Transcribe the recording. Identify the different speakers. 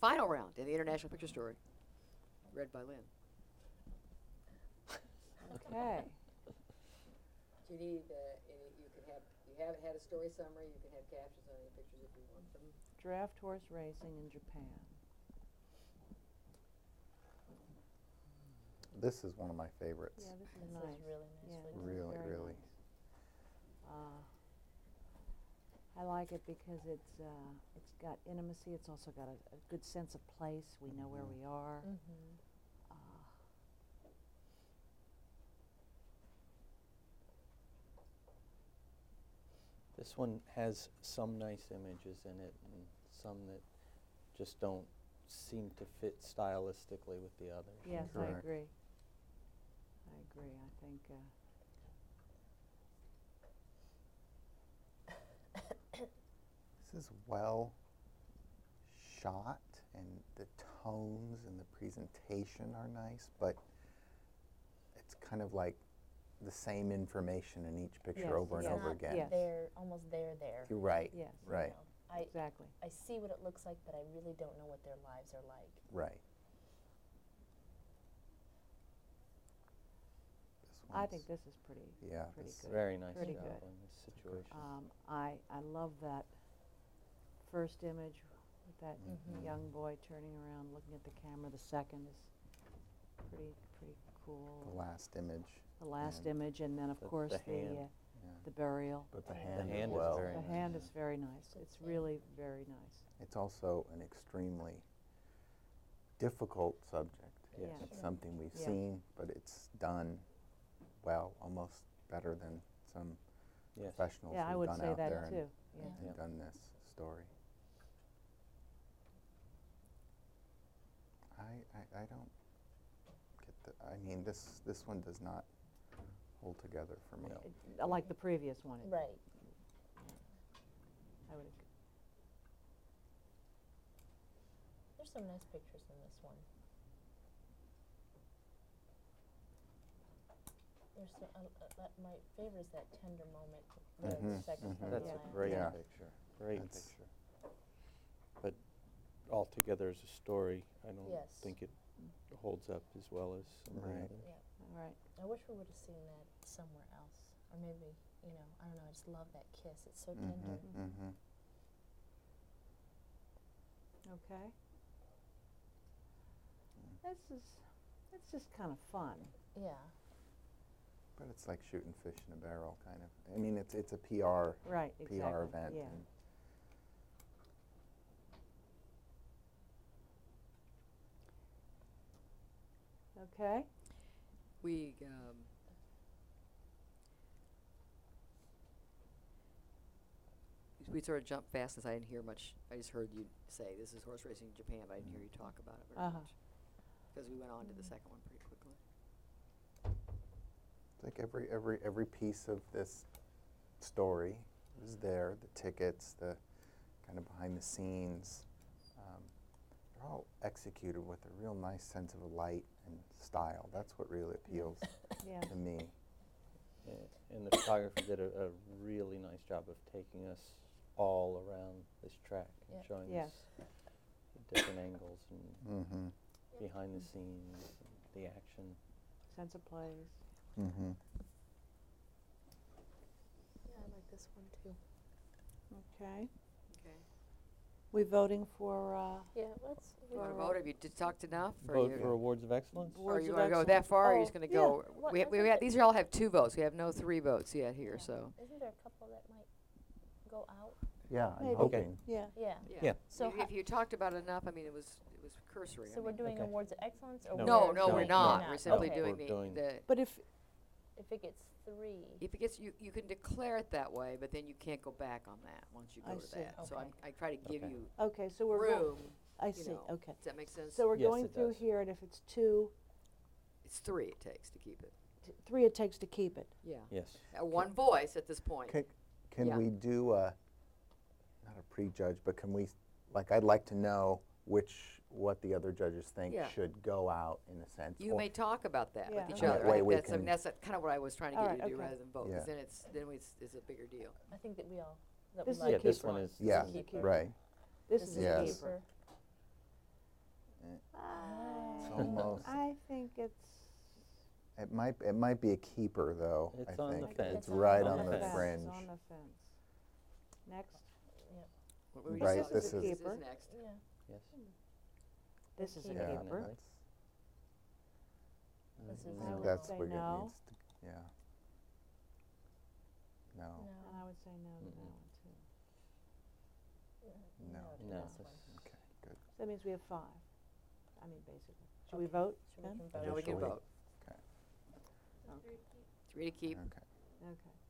Speaker 1: final round in the International Picture Story, read by Lynn.
Speaker 2: Okay.
Speaker 3: Judy, the, it- uh, you can have, you haven't had a story summary, you can have captions on your pictures if you want them.
Speaker 2: Draft horse racing in Japan.
Speaker 4: This is one of my favorites.
Speaker 2: Yeah, this is
Speaker 5: This
Speaker 2: nice.
Speaker 5: is really nicely
Speaker 2: Yeah, this is
Speaker 5: done.
Speaker 4: Really,
Speaker 2: very
Speaker 4: really.
Speaker 2: nice. Uh, I like it because it's, uh, it's got intimacy, it's also got a, a good sense of place, we know where
Speaker 4: Mhm.
Speaker 2: we are.
Speaker 5: Mhm.
Speaker 2: Uh,
Speaker 6: This one has some nice images in it and some that just don't seem to fit stylistically with the others.
Speaker 2: Yes, I
Speaker 4: Correct.
Speaker 2: agree. I agree, I think, uh,
Speaker 4: This is well shot and the tones and the presentation are nice, but it's kind of like the same information in each picture
Speaker 2: Yes,
Speaker 4: over and
Speaker 2: yes.
Speaker 5: It's
Speaker 4: over
Speaker 5: not
Speaker 4: again.
Speaker 2: Yes.
Speaker 5: There, almost there, there.
Speaker 4: You're right.
Speaker 2: yes,
Speaker 5: you
Speaker 4: Right.
Speaker 5: know. I,
Speaker 2: exactly.
Speaker 5: I see what it looks like, but I really don't know what their lives are like.
Speaker 4: Right. This
Speaker 2: I think
Speaker 4: one's-
Speaker 2: this is pretty,
Speaker 4: yeah,
Speaker 2: pretty
Speaker 4: this-
Speaker 2: good.
Speaker 6: Very nice
Speaker 2: Pretty
Speaker 6: job
Speaker 2: good.
Speaker 6: on this situation.
Speaker 2: Um, I, I love that first image with that
Speaker 4: Mm-hmm.
Speaker 5: Mhm.
Speaker 2: young boy turning around, looking at the camera. The second is pretty, pretty cool.
Speaker 4: the last image.
Speaker 2: The last
Speaker 4: hand.
Speaker 2: image, and then of
Speaker 6: The- the
Speaker 2: course the
Speaker 6: hand.
Speaker 2: uh,
Speaker 4: Yeah.
Speaker 2: the burial.
Speaker 4: But the
Speaker 5: The
Speaker 4: hand,
Speaker 6: hand
Speaker 4: as
Speaker 6: is
Speaker 4: well.
Speaker 6: very
Speaker 2: the
Speaker 6: nice,
Speaker 2: hand
Speaker 6: yeah.
Speaker 2: is very nice.
Speaker 5: Good
Speaker 2: It's
Speaker 5: thing.
Speaker 2: really very nice.
Speaker 4: It's also an extremely difficult subject.
Speaker 2: Yes.
Speaker 6: Yeah.
Speaker 4: It's
Speaker 5: Sure.
Speaker 4: something we've
Speaker 2: Yeah.
Speaker 4: seen, but it's done well, almost better than some
Speaker 6: Yes.
Speaker 4: professionals
Speaker 2: yeah, I
Speaker 4: who've
Speaker 2: would
Speaker 4: gone
Speaker 2: say
Speaker 4: out there
Speaker 2: that
Speaker 4: and,
Speaker 2: too. Yeah.
Speaker 5: Yeah.
Speaker 4: and
Speaker 6: Yeah.
Speaker 4: done this story. I, I, I don't get the. I mean, this this one does not hold together for me.
Speaker 6: No.
Speaker 2: It- uh, like the previous one. it-
Speaker 5: Right.
Speaker 2: I would ag-
Speaker 5: There's some nice pictures in this one. There's some, uh, uh, that, my favorite is that tender moment right at the
Speaker 4: Mhm,
Speaker 5: second from the
Speaker 4: mhm.
Speaker 6: That's
Speaker 5: last.
Speaker 6: a great
Speaker 4: Yeah.
Speaker 6: picture. Great
Speaker 4: That's-
Speaker 6: picture. But altogether as a story, I don't
Speaker 5: Yes.
Speaker 6: think it holds up as well as some of the
Speaker 4: Right.
Speaker 6: others.
Speaker 2: All right.
Speaker 5: I wish we would have seen that somewhere else, or maybe you know, I don't know. I just love that kiss. It's so tender.
Speaker 4: Mm-hmm, mm-hmm.
Speaker 2: Okay. This is. It's just kind of fun.
Speaker 5: Yeah.
Speaker 4: But it's like shooting fish in a barrel, kind of. I mean, it's it's a PR
Speaker 2: Right. Exactly.
Speaker 4: PR event.
Speaker 2: Yeah.
Speaker 4: and
Speaker 2: Okay.
Speaker 1: We um, we sort of jumped fast since I didn't hear much. I just heard you say this is horse racing in Japan, but I didn't hear you talk about it very
Speaker 2: Uh-huh.
Speaker 1: much because we went on to the second one pretty quickly.
Speaker 4: It's like every every every piece of this story is there. The tickets, the kind of behind the scenes. Um, they're all executed with a real nice sense of light and style. That's what really appeals
Speaker 2: Yeah.
Speaker 4: to me.
Speaker 6: Yeah, And the photographer did a, a really nice job of taking us all around this track and
Speaker 5: Yeah.
Speaker 6: showing
Speaker 2: Yes.
Speaker 6: us the different angles and
Speaker 4: Mm-hmm.
Speaker 6: behind the scenes, and the action.
Speaker 2: Sense of place.
Speaker 4: Mm-hmm.
Speaker 5: Yeah, I like this one too.
Speaker 2: Okay.
Speaker 1: Okay.
Speaker 2: We voting for uh,
Speaker 5: Yeah, let's.
Speaker 1: You want to
Speaker 2: Or-
Speaker 1: vote? Have you d- talked enough? or
Speaker 6: Vote
Speaker 1: you-
Speaker 6: for awards of excellence.
Speaker 2: Bo-
Speaker 1: Or
Speaker 2: Awards
Speaker 1: you
Speaker 2: of
Speaker 1: want to go that
Speaker 2: excellence.
Speaker 1: far, or are you
Speaker 2: Oh,
Speaker 1: just going to
Speaker 5: yeah.
Speaker 1: go?
Speaker 5: Well,
Speaker 1: We,
Speaker 5: I
Speaker 1: ha- we
Speaker 5: think
Speaker 1: ha-
Speaker 5: that-
Speaker 1: these all have two votes. We have no three votes yet here,
Speaker 5: Yeah.
Speaker 1: so.
Speaker 5: Isn't there a couple that might go out?
Speaker 4: Yeah, I'm
Speaker 2: Maybe.
Speaker 6: Okay.
Speaker 4: hoping.
Speaker 2: yeah.
Speaker 5: Yeah.
Speaker 6: Yeah.
Speaker 5: So
Speaker 1: You-
Speaker 5: ho-
Speaker 1: if you talked about it enough, I mean, it was, it was cursory. I
Speaker 5: So we're
Speaker 1: mean-
Speaker 5: doing
Speaker 6: Okay.
Speaker 5: awards of excellence, or
Speaker 6: No,
Speaker 1: No,
Speaker 5: we're
Speaker 1: no, we're
Speaker 5: doing-
Speaker 1: not. We're simply
Speaker 5: Okay.
Speaker 1: doing
Speaker 6: We're
Speaker 1: the,
Speaker 6: doing-
Speaker 1: the,
Speaker 2: But if
Speaker 5: If it gets three,
Speaker 1: if it gets, you, you can declare it that way, but then you can't go back on that once you
Speaker 2: I
Speaker 1: go to
Speaker 2: see.
Speaker 1: that. So I'm, I try to give
Speaker 6: Okay.
Speaker 1: you
Speaker 2: okay, so we're go-
Speaker 1: room.
Speaker 2: I
Speaker 1: you
Speaker 2: see.
Speaker 1: know.
Speaker 2: Okay.
Speaker 1: Does that make sense?
Speaker 2: So we're
Speaker 6: Yes,
Speaker 2: going
Speaker 6: it
Speaker 2: through
Speaker 6: does.
Speaker 2: here, and if it's two,
Speaker 1: It's three it takes to keep it.
Speaker 2: t- three it takes to keep it.
Speaker 1: Yeah.
Speaker 6: Yes.
Speaker 1: Uh, One voice at this point.
Speaker 4: Can, can
Speaker 1: Yeah.
Speaker 4: we do a not a prejudge, but can we like I'd like to know which what the other judges think
Speaker 1: Yeah.
Speaker 4: should go out in a sense.
Speaker 1: You
Speaker 4: or-
Speaker 1: may talk about that
Speaker 2: Yeah.
Speaker 1: with each
Speaker 2: And
Speaker 4: that
Speaker 1: other. I
Speaker 4: way
Speaker 1: think
Speaker 4: we
Speaker 1: that's, I mean,
Speaker 4: can-
Speaker 1: that's kind of what I was trying to
Speaker 2: All
Speaker 1: get you
Speaker 2: right,
Speaker 1: to do
Speaker 2: okay.
Speaker 1: rather than vote,
Speaker 4: Yeah.
Speaker 1: because then it's, then we, it's it's a bigger deal.
Speaker 5: I think that we all. That
Speaker 2: This
Speaker 5: we
Speaker 2: is a
Speaker 6: Yeah,
Speaker 5: like
Speaker 6: this
Speaker 2: keeper.
Speaker 6: one is.
Speaker 4: Yeah,
Speaker 5: keeper.
Speaker 4: right.
Speaker 2: This
Speaker 5: This
Speaker 2: is
Speaker 5: is
Speaker 2: a
Speaker 4: Yes.
Speaker 2: keeper.
Speaker 5: keeper.
Speaker 4: Almost.
Speaker 2: I think it's,
Speaker 4: It might, it might be a keeper, though, I
Speaker 6: It's on the
Speaker 4: think.
Speaker 6: fence.
Speaker 4: It's right
Speaker 5: It's
Speaker 4: on
Speaker 5: on the
Speaker 4: the
Speaker 5: fence.
Speaker 4: fringe.
Speaker 2: on the fence. Next,
Speaker 1: What were we
Speaker 4: Right,
Speaker 1: discussing?
Speaker 4: this is-
Speaker 3: This is
Speaker 2: Keeper.
Speaker 3: next.
Speaker 5: Yeah.
Speaker 6: Yes.
Speaker 2: this is
Speaker 5: Yeah,
Speaker 2: a
Speaker 4: Yeah,
Speaker 2: keeper.
Speaker 6: that's-
Speaker 5: This is
Speaker 4: I
Speaker 5: I
Speaker 4: think
Speaker 5: would
Speaker 4: that's
Speaker 2: say
Speaker 4: where it
Speaker 2: no.
Speaker 4: needs to, yeah. No,
Speaker 2: And
Speaker 5: No.
Speaker 2: I would say no to that
Speaker 6: Mm-mm.
Speaker 2: one too.
Speaker 4: No.
Speaker 5: to
Speaker 6: No.
Speaker 5: this one.
Speaker 4: okay, good.
Speaker 2: So that means we have five. I mean, basically. Should we vote
Speaker 5: So we
Speaker 2: then?
Speaker 5: can
Speaker 4: No,
Speaker 5: vote.
Speaker 1: Now we
Speaker 4: Shall
Speaker 1: can
Speaker 4: we-
Speaker 1: vote.
Speaker 4: okay.
Speaker 1: Three to keep.
Speaker 4: Okay.
Speaker 2: Okay.